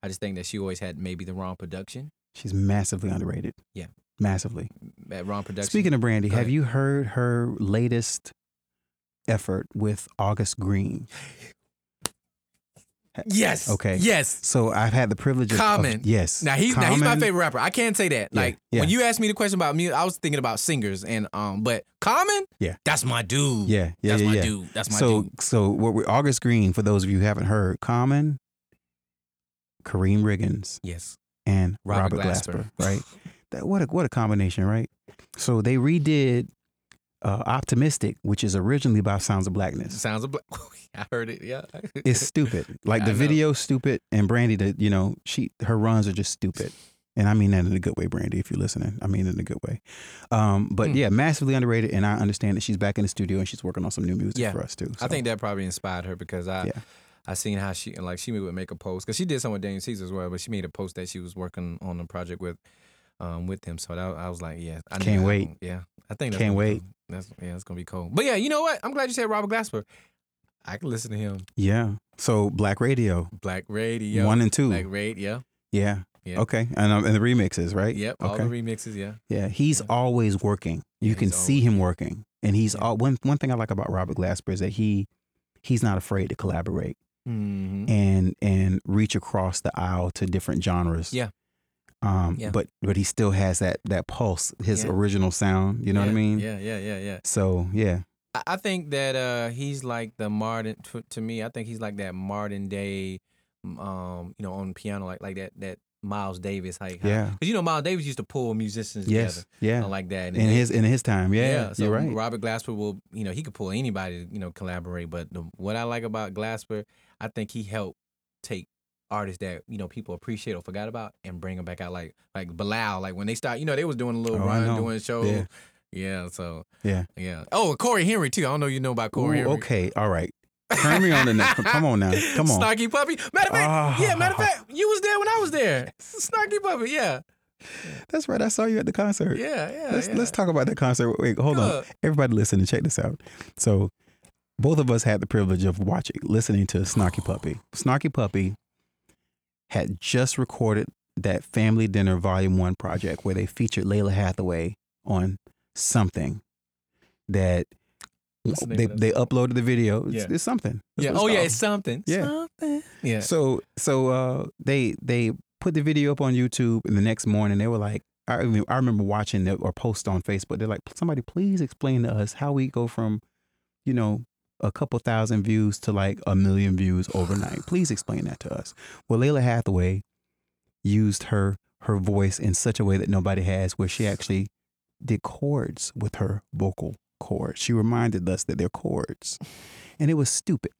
Speaker 2: I just think that she always had maybe the wrong production
Speaker 1: She's massively underrated.
Speaker 2: Yeah.
Speaker 1: Massively.
Speaker 2: at wrong production.
Speaker 1: Speaking of Brandy,
Speaker 2: Go
Speaker 1: have
Speaker 2: ahead.
Speaker 1: you heard her latest effort with August Green?
Speaker 2: yes,
Speaker 1: Okay.
Speaker 2: yes.
Speaker 1: So I've had the privilege of, of-
Speaker 2: Common.
Speaker 1: yes.
Speaker 2: Now he's now he's my
Speaker 1: Common-
Speaker 2: favorite rapper. I can't say that.
Speaker 1: Yeah,
Speaker 2: Like
Speaker 1: yeah.
Speaker 2: when you asked me the question about music, I was thinking about singers and um, but Common,
Speaker 1: Yeah.
Speaker 2: that's my dude.
Speaker 1: Yeah, yeah,
Speaker 2: that's
Speaker 1: yeah,
Speaker 2: my
Speaker 1: yeah.
Speaker 2: dude. That's my
Speaker 1: so
Speaker 2: dude.
Speaker 1: so what we August Green for those of you who haven't heard Common, Kareem Riggins
Speaker 2: Yes,
Speaker 1: and
Speaker 2: Robert
Speaker 1: Robert,
Speaker 2: Glasper.
Speaker 1: Glasper, right? that what a what a combination, right? So they redid uh, Optimistic, which is originally by Sounds of Blackness.
Speaker 2: sounds a. Bl- I heard it. Yeah,
Speaker 1: It's stupid. Like
Speaker 2: I
Speaker 1: the
Speaker 2: know.
Speaker 1: video's stupid and Brandy the you know, she her runs are just stupid. And I mean that in a good way, Brandy, if you're listening. I mean it in a good way. Um, but
Speaker 2: Hmm.
Speaker 1: yeah, massively underrated and I understand that she's back in the studio and she's working on some new music
Speaker 2: Yeah.
Speaker 1: for us too.
Speaker 2: I
Speaker 1: so.
Speaker 2: think that probably inspired her because I,
Speaker 1: Yeah.
Speaker 2: I seen how she and like she would make a post because she did some with Daniel Caesar as well, but she made a post that she was working on a project with, um, with him. So that, I was like, yeah, I knew
Speaker 1: Can't
Speaker 2: that
Speaker 1: wait.
Speaker 2: one. Yeah, I think that's
Speaker 1: Can't
Speaker 2: gonna be
Speaker 1: wait.
Speaker 2: cool. That's yeah, that's gonna be cool. But yeah, you know what? I'm glad you said Robert Glasper. I can listen to him.
Speaker 1: Yeah. So Black Radio,
Speaker 2: Black Radio,
Speaker 1: one and two.
Speaker 2: Black Radio.
Speaker 1: yeah.
Speaker 2: Yeah.
Speaker 1: Okay. And um, and the remixes, right?
Speaker 2: Yep, all
Speaker 1: Okay.
Speaker 2: the remixes. Yeah,
Speaker 1: yeah. He's
Speaker 2: yeah.
Speaker 1: always working. You
Speaker 2: Yeah,
Speaker 1: can
Speaker 2: he's
Speaker 1: see
Speaker 2: always-
Speaker 1: him working, and he's
Speaker 2: Yeah.
Speaker 1: all, one one thing I like about Robert Glasper is that he he's not afraid to collaborate
Speaker 2: mm-hmm.
Speaker 1: and and reach across the aisle to different genres.
Speaker 2: Yeah.
Speaker 1: Um.
Speaker 2: Yeah.
Speaker 1: But but he still has that that pulse, his
Speaker 2: Yeah.
Speaker 1: original sound. You know what I mean?
Speaker 2: Yeah, yeah, yeah, yeah.
Speaker 1: So yeah.
Speaker 2: I- I think that uh, he's like the Martin to, to me. I think he's like that Martin Day, um, you know, on piano like like that that Miles Davis like how-
Speaker 1: Yeah.
Speaker 2: Cause you know Miles Davis used to pull musicians
Speaker 1: Yes.
Speaker 2: together
Speaker 1: Yeah.
Speaker 2: uh, like that.
Speaker 1: in
Speaker 2: they-
Speaker 1: his in his time. Yeah.
Speaker 2: so
Speaker 1: you're right.
Speaker 2: Robert Glasper will you know he could pull anybody to, you know collaborate. But the, what I like about Glasper, I think he helped take artists that you know people appreciate or forgot about and bring them back out like like Bilal. Like when they start, you know, they was doing a little
Speaker 1: Oh, I
Speaker 2: run,
Speaker 1: know.
Speaker 2: doing shows.
Speaker 1: Yeah.
Speaker 2: Yeah. so
Speaker 1: Yeah.
Speaker 2: yeah. Oh, and Corey Henry too. I don't know if you know about Corey
Speaker 1: Ooh,
Speaker 2: Henry.
Speaker 1: okay. All right. Turn me on the next. Come on now. Come on.
Speaker 2: Snarky Puppy. Matter of fact,
Speaker 1: Ah.
Speaker 2: yeah, matter of fact, you was there when I was there. Snarky Puppy, yeah.
Speaker 1: That's right. I saw you at the concert.
Speaker 2: Yeah, yeah.
Speaker 1: let's
Speaker 2: yeah.
Speaker 1: let's talk about that concert. Wait, hold on.
Speaker 2: Look,
Speaker 1: Everybody listen and check this out. So both of us had the privilege of watching, listening to Snarky Puppy. Snarky Puppy had just recorded that Family Dinner Volume One project where they featured Layla Hathaway on something that
Speaker 2: What's the name
Speaker 1: they,
Speaker 2: of that
Speaker 1: they uploaded the video. It's,
Speaker 2: Yeah.
Speaker 1: it's something. That's
Speaker 2: Yeah.
Speaker 1: what
Speaker 2: Oh yeah,
Speaker 1: called.
Speaker 2: it's something.
Speaker 1: Yeah.
Speaker 2: Something. Yeah.
Speaker 1: So so uh, they they put the video up on YouTube, and the next morning they were like, I mean, I remember watching that or post on Facebook. They're like, somebody please explain to us how we go from, you know, a couple thousand views to like a million views overnight. Please explain that to us. Well, Layla Hathaway used her her voice in such a way that nobody has, where she actually did chords with her vocal cords. She reminded us that they're chords, and it was stupid.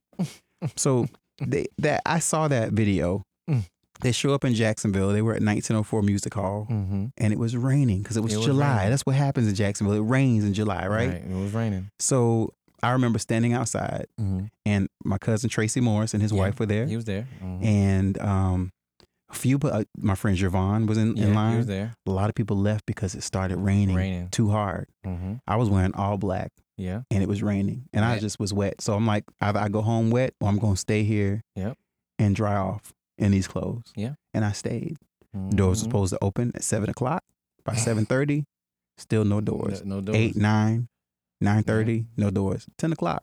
Speaker 1: So they that I saw that video.
Speaker 2: Mm.
Speaker 1: They show up in Jacksonville. They were at 1904 Music Hall,
Speaker 2: Mm-hmm.
Speaker 1: and it was raining because it was
Speaker 2: It was
Speaker 1: July.
Speaker 2: raining.
Speaker 1: That's what happens in Jacksonville. It rains in July, right?
Speaker 2: It was raining.
Speaker 1: So I remember standing outside,
Speaker 2: Mm-hmm.
Speaker 1: and my cousin Tracy Morris and his
Speaker 2: Yeah.
Speaker 1: wife were there,
Speaker 2: He was there. Mhm.
Speaker 1: and um, a few. Uh, my friend Javon was in,
Speaker 2: Yeah,
Speaker 1: in
Speaker 2: He was
Speaker 1: line.
Speaker 2: there.
Speaker 1: A lot of people left because it started raining,
Speaker 2: Raining.
Speaker 1: too hard.
Speaker 2: Mm-hmm.
Speaker 1: I was wearing all black,
Speaker 2: Yeah.
Speaker 1: and it was raining, and I
Speaker 2: Right.
Speaker 1: just was wet. So I'm like, either I go home wet or I'm gonna stay here
Speaker 2: Yep.
Speaker 1: and dry off in these clothes.
Speaker 2: Yeah.
Speaker 1: and I stayed. Doors were
Speaker 2: Mhm.
Speaker 1: supposed to open at seven o'clock. By seven thirty, still no doors.
Speaker 2: No, no doors.
Speaker 1: Eight, nine, nine thirty, no doors. Ten o'clock,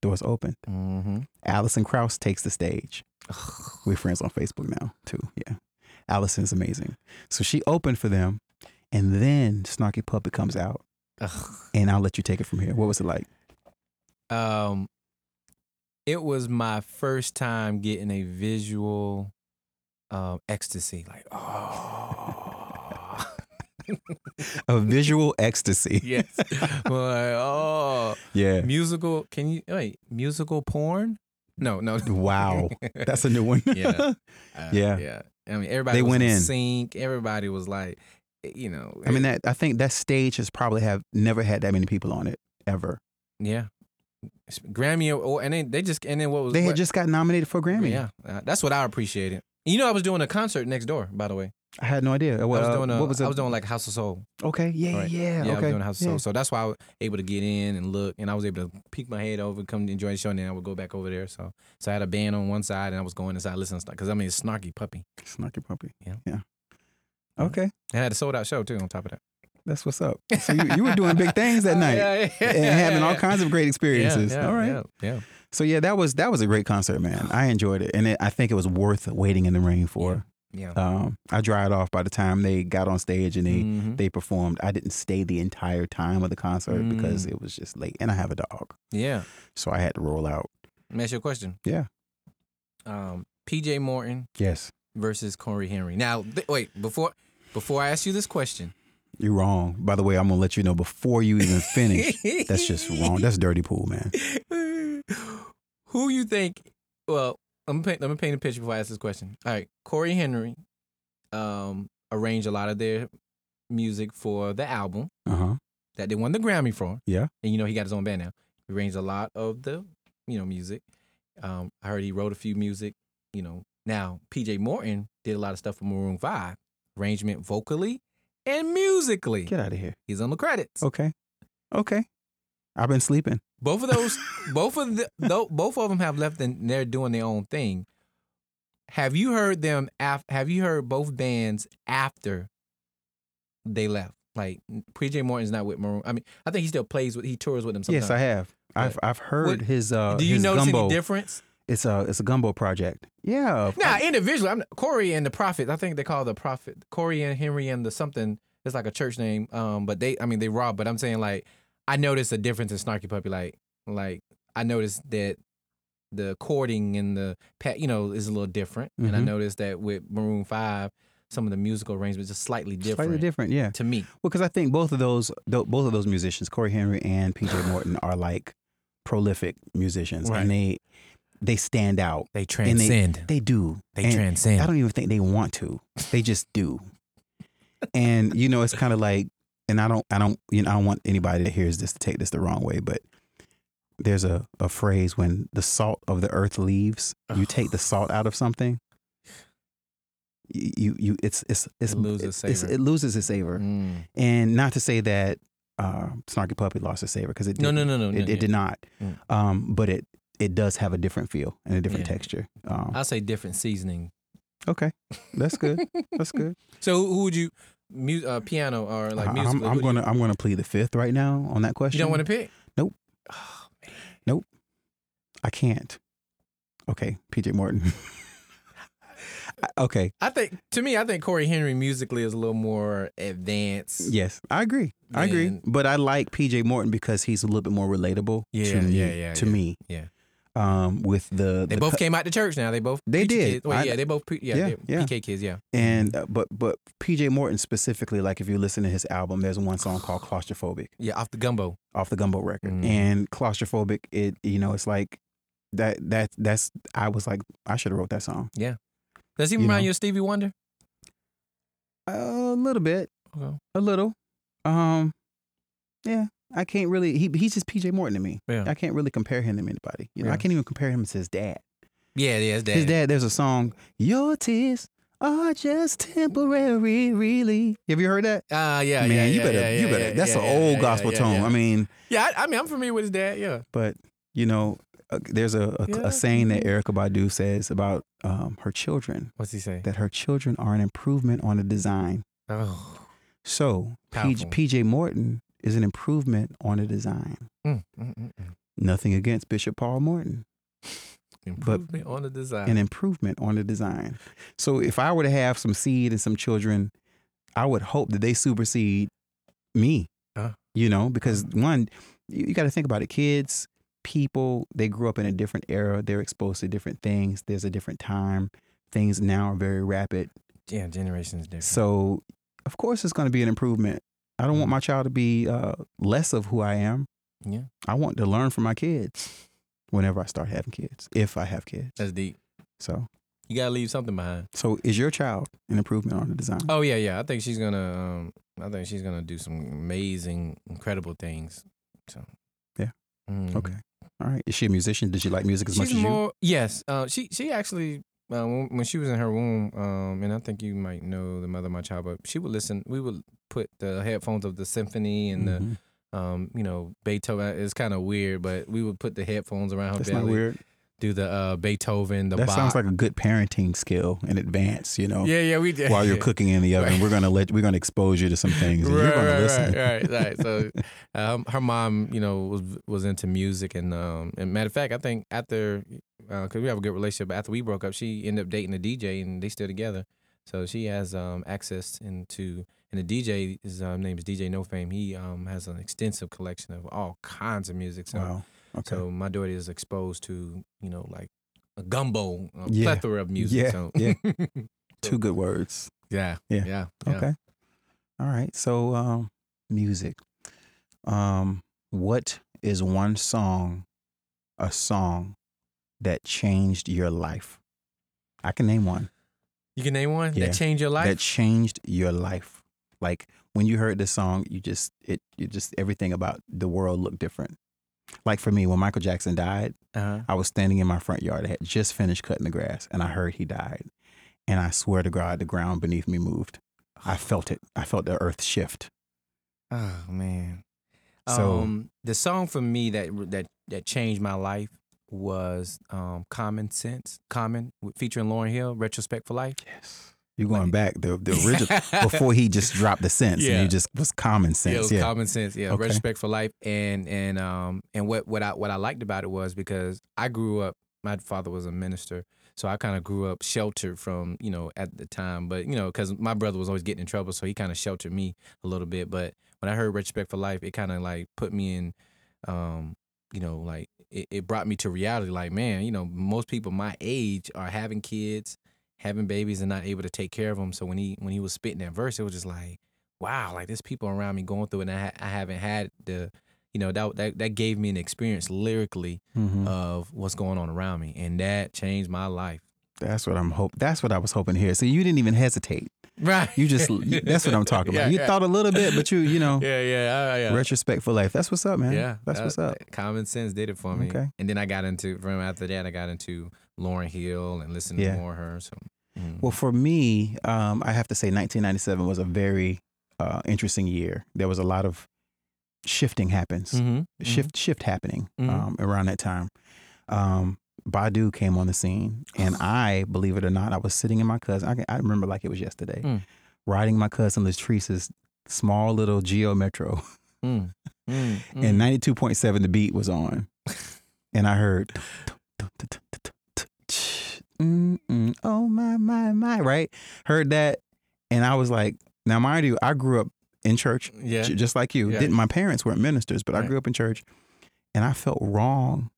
Speaker 1: doors open.
Speaker 2: Mm-hmm.
Speaker 1: Allison Krauss takes the stage. We're friends on Facebook now too. Yeah, Allison's amazing. So she opened for them, and then Snarky Puppet comes out, and I'll let you take it from here. What was it like?
Speaker 2: um, it was my first time getting a visual um, ecstasy. Like, oh.
Speaker 1: A visual ecstasy.
Speaker 2: yes. like, oh.
Speaker 1: Yeah.
Speaker 2: Musical. Can you wait? Musical porn? No, no.
Speaker 1: Wow. That's a new one.
Speaker 2: Yeah. Uh,
Speaker 1: Yeah.
Speaker 2: yeah. I mean, everybody
Speaker 1: They
Speaker 2: was
Speaker 1: went
Speaker 2: in,
Speaker 1: in.
Speaker 2: sync. Everybody was like, eh, you know.
Speaker 1: I mean that I think that stage has probably have never had that many people on it ever.
Speaker 2: yeah, Grammy or and they, they just and then what was
Speaker 1: They
Speaker 2: what-
Speaker 1: had just got nominated for a Grammy.
Speaker 2: Yeah, uh, that's what I appreciated. You know, I was doing a concert next door. By the way,
Speaker 1: I had no idea. Well,
Speaker 2: I was
Speaker 1: uh,
Speaker 2: doing a,
Speaker 1: what was it?
Speaker 2: I was doing like House of Soul.
Speaker 1: okay. Yeah,
Speaker 2: Right.
Speaker 1: yeah.
Speaker 2: I was
Speaker 1: Okay.
Speaker 2: doing House of
Speaker 1: yeah.
Speaker 2: Soul. So that's why I was able to get in and look, and I was able to peek my head over, come enjoy the show, and then I would go back over there. So, so I had a band on one side, and I was going inside listening because I mean, it's snarky puppy.
Speaker 1: Snarky puppy.
Speaker 2: Yeah.
Speaker 1: Yeah.
Speaker 2: Yeah.
Speaker 1: Okay.
Speaker 2: And I had a sold out show too. On top of that, Oh,
Speaker 1: That's what's up. So you, you were doing big things that night and having all kinds of great experiences. all right.
Speaker 2: yeah. yeah.
Speaker 1: So yeah, that was that was a great concert, man. I enjoyed it, and it, I think it was worth waiting in the rain for.
Speaker 2: Yeah.
Speaker 1: Um, I dried off by the time they got on stage and they
Speaker 2: Mhm.
Speaker 1: they performed. I didn't stay the entire time of the concert because it was just late, and I have a dog,
Speaker 2: Yeah.
Speaker 1: so I had to roll out.
Speaker 2: Let me ask you a question.
Speaker 1: Yeah.
Speaker 2: Um, PJ Morton
Speaker 1: Yes,
Speaker 2: versus Corey Henry. Now, th- wait before before I ask you this question.
Speaker 1: you're wrong. By the way, I'm gonna let you know before you even finish. That's just wrong. That's dirty pool, man.
Speaker 2: Who you think? Well, I'm paint, I'm gonna paint a picture before I ask this question. All right, Corey Henry um, arranged a lot of their music for the album
Speaker 1: Uh huh.
Speaker 2: that they won the Grammy for.
Speaker 1: Yeah.
Speaker 2: and you know he got his own band now. He arranged a lot of the you know music. Um, I heard he wrote a few music. You know, now P.J. Morton did a lot of stuff for Maroon Five, arrangement vocally and musically.
Speaker 1: Get out of here.
Speaker 2: He's on the credits.
Speaker 1: Okay. Okay. I've been sleeping.
Speaker 2: Both of those, both of the, tho- both of them have left and they're doing their own thing. Have you heard them? Af- have you heard both bands after they left? Like PJ Morton's not with Maroon. I mean, I think he still plays with. He tours with them. Sometimes.
Speaker 1: Yes, I have. I've I've heard
Speaker 2: What-
Speaker 1: his uh
Speaker 2: Do you
Speaker 1: his
Speaker 2: notice
Speaker 1: gumbo.
Speaker 2: any difference?
Speaker 1: It's a it's a gumbo project. Yeah.
Speaker 2: Nah, individually, I'm Corey and the Prophet. I think they call the Prophet Corey and Henry and the something. It's like a church name. Um, but they, I mean, they rob. But I'm saying like, I noticed a difference in Snarky Puppy. Like, like I noticed that the courting and the pat, you know, is a little different. And I
Speaker 1: Mhm.
Speaker 2: noticed that with Maroon Five, some of the musical arrangements is slightly different,
Speaker 1: Slightly different, yeah.
Speaker 2: to me.
Speaker 1: Well, because I think both of those tho- both of those musicians, Corey Henry and P.J. Morton, are like prolific musicians,
Speaker 2: Right.
Speaker 1: and they they stand out.
Speaker 2: They
Speaker 1: they- They do. And
Speaker 2: transcend.
Speaker 1: I don't even think they want to. They just do. and you know, it's kind of like, and I don't, I don't, you know, I don't want anybody that hears this to take this the wrong way, but there's a, a phrase when the salt of the earth leaves, you take the salt out of something. You, you, you it's, it's, it's,
Speaker 2: It loses
Speaker 1: it's-
Speaker 2: savor.
Speaker 1: it loses its savor.
Speaker 2: Mm.
Speaker 1: And not to say that uh, Snarky Puppy lost its savor because it
Speaker 2: No,
Speaker 1: didn't.
Speaker 2: no, no, no. no,
Speaker 1: it, it
Speaker 2: yeah.
Speaker 1: did not.
Speaker 2: Mm.
Speaker 1: Um, but it it does have a different feel and a different
Speaker 2: Yeah.
Speaker 1: texture. Um,
Speaker 2: I'll say different seasoning.
Speaker 1: okay, that's good. That's good.
Speaker 2: So who who would you, mu- uh, piano or like
Speaker 1: I-
Speaker 2: music?
Speaker 1: I'm, I'm gonna I'm gonna plead the fifth right now on that
Speaker 2: You
Speaker 1: question.
Speaker 2: don't want to pick?
Speaker 1: Nope.
Speaker 2: Oh, man.
Speaker 1: I can't. Okay, PJ Morton. okay.
Speaker 2: I think to me, I think Corey Henry musically is a little more advanced.
Speaker 1: Yes, I agree. I agree.
Speaker 2: Then-
Speaker 1: But I like PJ Morton because he's a little bit more relatable.
Speaker 2: Yeah,
Speaker 1: to me,
Speaker 2: yeah, yeah,
Speaker 1: To
Speaker 2: yeah,
Speaker 1: me,
Speaker 2: yeah.
Speaker 1: Um, with the
Speaker 2: They
Speaker 1: the
Speaker 2: both
Speaker 1: cut-
Speaker 2: came out to church. Now they both
Speaker 1: They
Speaker 2: preacher
Speaker 1: did.
Speaker 2: Kids. Well,
Speaker 1: I-
Speaker 2: yeah, they both pre- yeah,
Speaker 1: Yeah,
Speaker 2: they're
Speaker 1: yeah.
Speaker 2: PK kids. Yeah,
Speaker 1: and uh, but but PJ Morton specifically, like if you listen to his album, there's one song called Claustrophobic.
Speaker 2: yeah, off the gumbo.
Speaker 1: off the gumbo record
Speaker 2: Mm.
Speaker 1: and claustrophobic it you know it's like that that that's i was like i should have wrote that song
Speaker 2: Does he
Speaker 1: You
Speaker 2: remind
Speaker 1: know.
Speaker 2: you of Stevie Wonder?
Speaker 1: Uh, a little bit
Speaker 2: Okay.
Speaker 1: a little um yeah i can't really he, he's just pj morton to me
Speaker 2: Yeah.
Speaker 1: i can't really compare him to anybody you know
Speaker 2: Yeah.
Speaker 1: i can't even compare him to his dad.
Speaker 2: Yeah, yeah, his dad.
Speaker 1: his dad there's a song your tears are just temporary really have you heard that
Speaker 2: Ah, yeah,
Speaker 1: man
Speaker 2: yeah,
Speaker 1: you
Speaker 2: yeah,
Speaker 1: better
Speaker 2: yeah,
Speaker 1: you
Speaker 2: yeah,
Speaker 1: better
Speaker 2: yeah,
Speaker 1: that's
Speaker 2: yeah,
Speaker 1: an
Speaker 2: yeah,
Speaker 1: old
Speaker 2: yeah,
Speaker 1: gospel
Speaker 2: yeah,
Speaker 1: tone
Speaker 2: yeah.
Speaker 1: i mean
Speaker 2: yeah, I, I mean, I'm familiar with his dad. Yeah,
Speaker 1: But you know, uh, there's a a,
Speaker 2: Yeah.
Speaker 1: a saying that Erica Badu says about um, her children
Speaker 2: what's he say?
Speaker 1: that her children are an improvement on a design.
Speaker 2: Oh,
Speaker 1: So P-
Speaker 2: Powerful.
Speaker 1: PJ Morton is an improvement on a design.
Speaker 2: mm, mm, mm, mm.
Speaker 1: Nothing against Bishop Paul Morton,
Speaker 2: mm. improvement on the design.
Speaker 1: an improvement on a design. So if I were to have some seed and some children, I would hope that they supersede me.
Speaker 2: Huh.
Speaker 1: You know, because one, you, you got to think about it. Kids, people, they grew up in a different era. They're exposed to different things. There's a different time. Things now are very rapid.
Speaker 2: yeah, generations different.
Speaker 1: So, of course, it's going to be an improvement. I don't want my child to be uh, less of who I am.
Speaker 2: Mm. Yeah.
Speaker 1: I want to learn from my kids whenever I start having kids, if I have kids.
Speaker 2: That's deep.
Speaker 1: So,
Speaker 2: You gotta leave something behind.
Speaker 1: so is your child an improvement on the design?
Speaker 2: Oh yeah, yeah. I think she's gonna. Um, I think she's gonna do some amazing, incredible things. So
Speaker 1: Yeah.
Speaker 2: Mhm.
Speaker 1: Okay. All right. Is she a musician? Did she like music as much
Speaker 2: She's
Speaker 1: as you?
Speaker 2: more yes. Uh, she she actually uh, when when she was in her womb, um, and I think you might know the mother of my child, but she would listen. We would put the headphones of the symphony and
Speaker 1: Mhm.
Speaker 2: the um, you know Beethoven. It's kind of weird, but we would put the headphones around her
Speaker 1: That's
Speaker 2: belly,
Speaker 1: not weird.
Speaker 2: do the uh, Beethoven, the
Speaker 1: That
Speaker 2: Bach.
Speaker 1: sounds like a good parenting skill in advance. You know,
Speaker 2: yeah, yeah, we did
Speaker 1: while you're cooking in the oven,
Speaker 2: Right.
Speaker 1: we're gonna let we're gonna expose you to some things, and
Speaker 2: right,
Speaker 1: you're gonna
Speaker 2: right,
Speaker 1: listen.
Speaker 2: Right, right, right. So, um, her mom, you know, was was into music, and um, and matter of fact, I think after, because we have a good relationship, but after we broke up, she ended up dating a DJ, and they still together. So she has um access into, and the DJ his um, name is DJ No Fame. He um has an extensive collection of all kinds of music. So,
Speaker 1: Wow. Okay.
Speaker 2: so my daughter is exposed to, you know, like a gumbo, a
Speaker 1: Yeah.
Speaker 2: plethora of music.
Speaker 1: Yeah,
Speaker 2: So.
Speaker 1: yeah.
Speaker 2: so-
Speaker 1: Two good words.
Speaker 2: yeah,
Speaker 1: Yeah.
Speaker 2: yeah, yeah.
Speaker 1: Okay. All right. So, um, music. Um, what is one song, a song that changed your life? I can name one
Speaker 2: You can name one
Speaker 1: Yeah.
Speaker 2: that changed your life.
Speaker 1: that changed your life. Like when you heard this song, you just it you just everything about the world looked different. Like for me, when Michael Jackson died,
Speaker 2: uh-huh.
Speaker 1: I was standing in my front yard. I had just finished cutting the grass, and I heard he died. And I swear to God, the ground beneath me moved. I felt it. I felt the earth shift.
Speaker 2: Oh man.
Speaker 1: So-
Speaker 2: um, the song for me that that that changed my life was um, "Common Sense," "Common" with- featuring Lauren Hill, "Retrospect for Life."
Speaker 1: Yes. You're going
Speaker 2: Like-
Speaker 1: back the the original before he just dropped the sense and
Speaker 2: Yeah.
Speaker 1: you just was common
Speaker 2: it was
Speaker 1: sense. Yeah.
Speaker 2: common sense. Yeah,
Speaker 1: Okay.
Speaker 2: respect for life, and and um and what what I what I liked about it was because I grew up. My father was a minister, so I kind of grew up sheltered from you know at the time. But you know, because my brother was always getting in trouble, so he kind of sheltered me a little bit. But when I heard respect for life, it kind of like put me in, um, you know, like it, it brought me to reality. Like man, you know, most people my age are having kids, having babies, and not able to take care of them. So when he when he was spitting that verse, it was just like wow, like there's people around me going through it, and I, ha- I haven't had the, you know, that, that that gave me an experience lyrically
Speaker 1: Mhm.
Speaker 2: of what's going on around me, and that changed my life.
Speaker 1: That's what I'm hope. That's what I was hoping here. So you didn't even hesitate.
Speaker 2: Right.
Speaker 1: You just you- that's what I'm talking about.
Speaker 2: Yeah,
Speaker 1: you
Speaker 2: yeah.
Speaker 1: thought a little bit, but you you know
Speaker 2: Yeah, yeah, uh, yeah.
Speaker 1: retrospect for life. That's what's up, man.
Speaker 2: yeah,
Speaker 1: That's
Speaker 2: that-
Speaker 1: what's up.
Speaker 2: Common sense did it for me.
Speaker 1: Okay.
Speaker 2: And then I got into from after that, I got into Lauren Hill and listened
Speaker 1: Yeah.
Speaker 2: to more of her. So. mm.
Speaker 1: Well, for me, um, I have to say 1997 was a very uh, interesting year. There was a lot of shifting happens,
Speaker 2: Mhm, mhm.
Speaker 1: shift shift happening
Speaker 2: Mhm.
Speaker 1: um, around that time. Um, Badu came on the scene, and I, believe it or not, I was sitting in my cousin. I, can- I remember like it was yesterday,
Speaker 2: Mm.
Speaker 1: riding my cousin Latrice's small little Geo Metro,
Speaker 2: Mm, mm, mm.
Speaker 1: and 92.7 the beat was on, and I heard. Mm-mm. Oh my my my! Right, heard that, and I was like, now mind you, I grew up in church
Speaker 2: yeah,
Speaker 1: j- just like you.
Speaker 2: Yeah.
Speaker 1: Didn't my parents weren't ministers, but I
Speaker 2: Right.
Speaker 1: grew up in church, and I felt wrong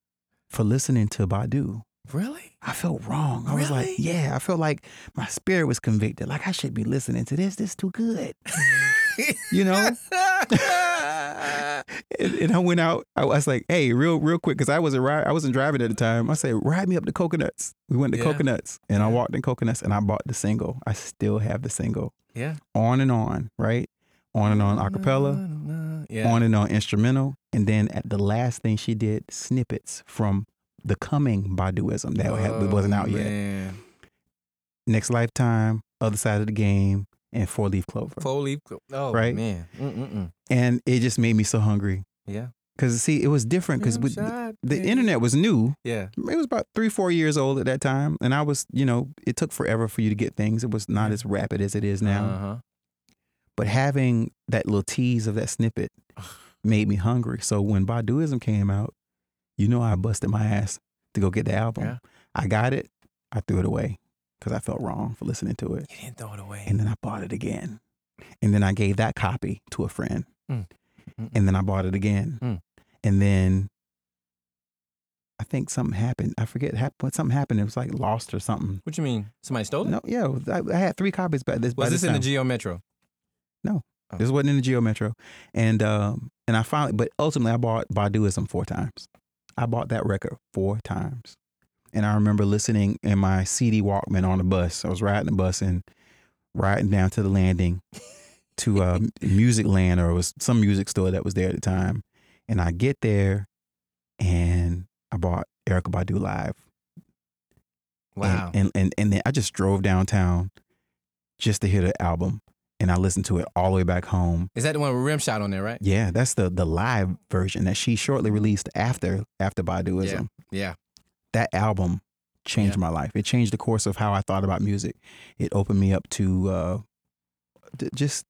Speaker 1: for listening to Badu.
Speaker 2: really?
Speaker 1: I felt wrong. I was like,
Speaker 2: Really?
Speaker 1: yeah, I felt like my spirit was convicted. Like I should be listening to this. This is too good, you know. and, and I went out. I was like, hey, real real quick, because I wasn't ri- I wasn't driving at the time. I said, ride me up to Coconuts. We went to
Speaker 2: Yeah.
Speaker 1: Coconuts, and I
Speaker 2: Yeah.
Speaker 1: walked in Coconuts, and I bought the single. I still have the single.
Speaker 2: yeah.
Speaker 1: On and on, right? On and on acapella.
Speaker 2: Yeah.
Speaker 1: on and on instrumental. And then at the last thing she did, snippets from the coming Baduism that
Speaker 2: Oh,
Speaker 1: had, wasn't out yet.
Speaker 2: yet.
Speaker 1: Next Lifetime, Other Side of the Game, and Four Leaf Clover.
Speaker 2: Four leaf. clo- Oh
Speaker 1: Right?
Speaker 2: man. Mm-mm-mm.
Speaker 1: And it just made me so hungry.
Speaker 2: Yeah.
Speaker 1: Because, see, it was different because the
Speaker 2: Yeah.
Speaker 1: internet was new.
Speaker 2: Yeah.
Speaker 1: It was about three, four years old at that time. And I was, you know, it took forever for you to get things. It was not as rapid as it is now.
Speaker 2: Uh-huh.
Speaker 1: But having that little tease of that snippet made me hungry. So when Baduism came out, you know I busted my ass to go get the album.
Speaker 2: Yeah.
Speaker 1: I got it. I threw it away because I felt wrong for listening to it.
Speaker 2: You didn't throw it away.
Speaker 1: And then I bought it again. And then I gave that copy to a friend.
Speaker 2: Mm. Mm-mm.
Speaker 1: And then I bought it again.
Speaker 2: Mm.
Speaker 1: And then I think something happened. I forget hap- what something happened. It was like lost or something.
Speaker 2: what you mean? Somebody stole it?
Speaker 1: No, yeah, I, I had three copies. By this, by
Speaker 2: Was this in the
Speaker 1: time.
Speaker 2: Geo Metro?
Speaker 1: This wasn't in the Geo Metro, and um, and I finally, but ultimately, I bought Baduism four times. I bought that record four times, and I remember listening in my CD Walkman on the bus. I was riding the bus and riding down to the landing to uh, Music Land, or it was some music store that was there at the time. And I get there, and I bought Erica Badu live.
Speaker 2: Wow.
Speaker 1: And and, and and then I just drove downtown just to hear the album, and I listened to it all the way back home.
Speaker 2: Is that the one with Rimshot on there, right?
Speaker 1: Yeah, that's the the live version that she shortly released after after Baduism.
Speaker 2: Yeah.
Speaker 1: That album changed
Speaker 2: Yeah.
Speaker 1: my life. It changed the course of how I thought about music. It opened me up to uh, d- just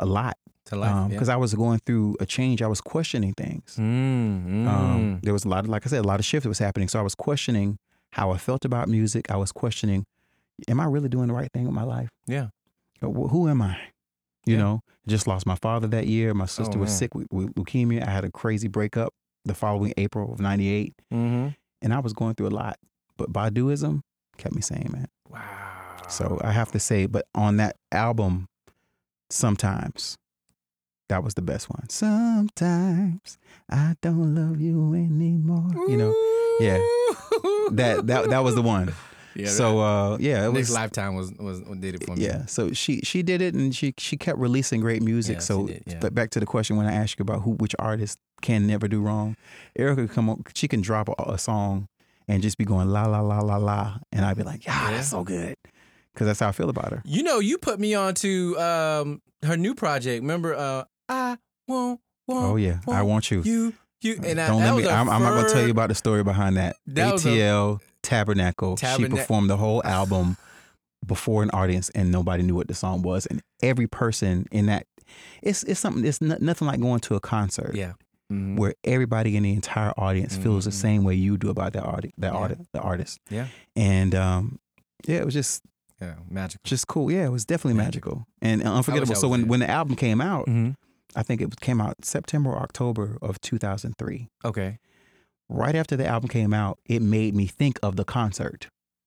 Speaker 1: a lot
Speaker 2: To life. yeah.
Speaker 1: because Um, I was going through a change. I was questioning things.
Speaker 2: Mm, mm.
Speaker 1: Um, there was a lot of, like I said, a lot of shift that was happening. So I was questioning how I felt about music. I was questioning, am I really doing the right thing with my life?
Speaker 2: Yeah.
Speaker 1: Uh, wh- Who am I? You
Speaker 2: Yeah. Oh,
Speaker 1: know, just lost my father that year. My sister was
Speaker 2: man.
Speaker 1: sick with, with leukemia. I had a crazy breakup the following April of 98.
Speaker 2: Mhm.
Speaker 1: And I was going through a lot. But Baduism kept me sane, man.
Speaker 2: Wow.
Speaker 1: So I have to say, but on that album, sometimes that was the best one. Sometimes I don't love you anymore. You know yeah. that that that was the one.
Speaker 2: Yeah,
Speaker 1: so uh, yeah, it
Speaker 2: Nick's
Speaker 1: was
Speaker 2: lifetime was was did it for me.
Speaker 1: yeah. So she she did it, and she she kept releasing great music.
Speaker 2: Yeah, she
Speaker 1: so
Speaker 2: did, yeah.
Speaker 1: but back to the question when I asked you about who which artist can never do wrong, Erica come on, she can drop a, a song and just be going la la la la la, and I'd be like, yeah,
Speaker 2: Yeah.
Speaker 1: that's so good, because that's how I feel about her.
Speaker 2: You know, you put me on to um her new project. Remember, uh, I won't want
Speaker 1: Oh yeah, I
Speaker 2: want
Speaker 1: want you.
Speaker 2: you you and I,
Speaker 1: Don't
Speaker 2: that
Speaker 1: let
Speaker 2: was
Speaker 1: me.
Speaker 2: her
Speaker 1: I'm, I'm not gonna tell
Speaker 2: first-
Speaker 1: you about the story behind that.
Speaker 2: That was a-
Speaker 1: ATL Tabernacle. she
Speaker 2: Tabernac-
Speaker 1: performed the whole album before an audience, and nobody knew what the song was. And every person in that, it's it's something. It's no- nothing like going to a concert
Speaker 2: Yeah. Mhm.
Speaker 1: where everybody in the entire audience feels the
Speaker 2: Mhm.
Speaker 1: same way you do about that artist. That
Speaker 2: Yeah.
Speaker 1: artist. The artist.
Speaker 2: Yeah.
Speaker 1: And um, yeah, it was just
Speaker 2: Yeah, magical.
Speaker 1: just cool. Yeah, it was definitely
Speaker 2: Yeah.
Speaker 1: magical and unforgettable.
Speaker 2: I
Speaker 1: So
Speaker 2: was
Speaker 1: when
Speaker 2: there.
Speaker 1: when the album came out,
Speaker 2: Mm-hmm.
Speaker 1: I think it came out September or October of 2003
Speaker 2: Okay.
Speaker 1: right after the album came out, it made me think of the concert,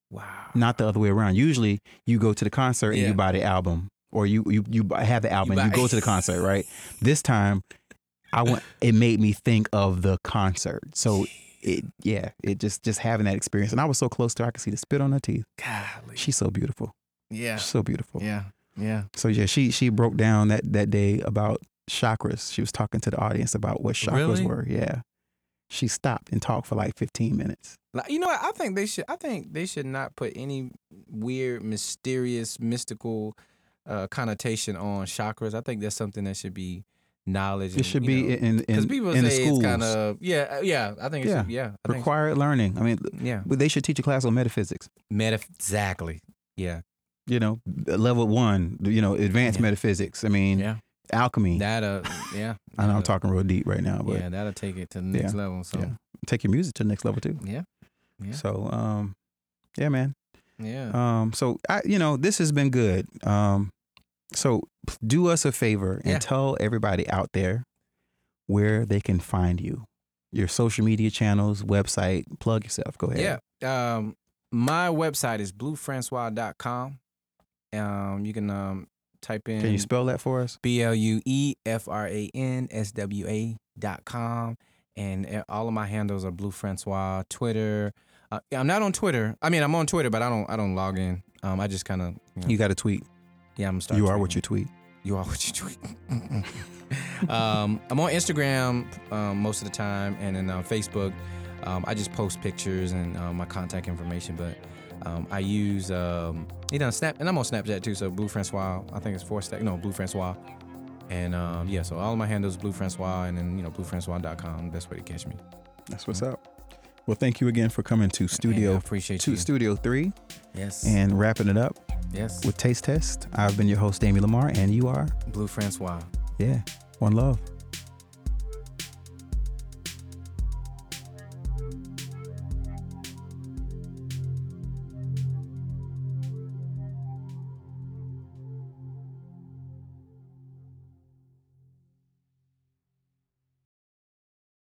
Speaker 2: Wow.
Speaker 1: not the other way around. Usually, you go to the concert and
Speaker 2: Yeah.
Speaker 1: you buy the album, or you you you buy- have the album and
Speaker 2: buy-
Speaker 1: you go to the concert, right? This time, I went. It made me think of the concert. So it yeah, it just just having that experience, and I was so close to her, I could see the spit on her teeth.
Speaker 2: Golly.
Speaker 1: She's so beautiful,
Speaker 2: Yeah.
Speaker 1: She's so beautiful.
Speaker 2: Yeah. Yeah.
Speaker 1: So yeah, she she broke down that that day about chakras. She was talking to the audience about what chakras
Speaker 2: Really?
Speaker 1: were. Yeah. She stopped and talked for like 15 minutes.
Speaker 2: Like, you know what? I think they should. I think they should not put any weird, mysterious, mystical uh, connotation on chakras. I think that's something that should be knowledge.
Speaker 1: It should be in
Speaker 2: because
Speaker 1: in,
Speaker 2: people
Speaker 1: in the
Speaker 2: say
Speaker 1: schools.
Speaker 2: it's kind of yeah, uh, yeah. I think it
Speaker 1: Yeah.
Speaker 2: should, yeah. I think
Speaker 1: required learning. I mean,
Speaker 2: yeah.
Speaker 1: but they should teach a class on metaphysics.
Speaker 2: Metaf- exactly. Yeah.
Speaker 1: You know, level one. You know, advanced
Speaker 2: Yeah.
Speaker 1: metaphysics. I mean,
Speaker 2: Yeah.
Speaker 1: alchemy.
Speaker 2: That uh. Yeah.
Speaker 1: I know I'm
Speaker 2: that'll-
Speaker 1: talking real deep right now, but
Speaker 2: Yeah, that'll take it to the next level. So
Speaker 1: yeah. take your music to the next level too.
Speaker 2: yeah, Yeah.
Speaker 1: So, um, yeah, man.
Speaker 2: yeah.
Speaker 1: Um, so I, you know, this has been good. Um, so p- do us a favor and
Speaker 2: Yeah.
Speaker 1: tell everybody out there where they can find you, your social media channels, website. Plug yourself. Go ahead.
Speaker 2: Yeah. Um, my website is bluefrancois.com. Um, you can um, type in
Speaker 1: Can you spell that for us?
Speaker 2: B L U E F R A N S W A dot com. And uh, all of my handles are Blue Francois, Twitter. Uh, I'm not on Twitter. I mean, I'm on Twitter, but I don't. I don't log in. Um, I just kind of. You know,
Speaker 1: You got to tweet.
Speaker 2: yeah, I'm gonna start.
Speaker 1: you are what
Speaker 2: tweeting.
Speaker 1: you tweet.
Speaker 2: You are what you tweet. um, I'm on Instagram um, most of the time, and then on Facebook, um, I just post pictures and um, my contact information. But um, I use um, you know Snap, and I'm on Snapchat too. So Blue Francois, I think it's four stack. No, Blue Francois. And um, yeah, so all of my handles Blue Francois, and then you know bluefrancois.com. Best way to catch me.
Speaker 1: That's what's up. Well, thank you again for coming to
Speaker 2: And I
Speaker 1: Studio
Speaker 2: appreciate
Speaker 1: to
Speaker 2: you.
Speaker 1: Studio Three
Speaker 2: yes,
Speaker 1: and wrapping it up
Speaker 2: yes.
Speaker 1: with Taste Test. I've been your host, Damian Lamar, and you are
Speaker 2: Blue Francois.
Speaker 1: yeah, one love.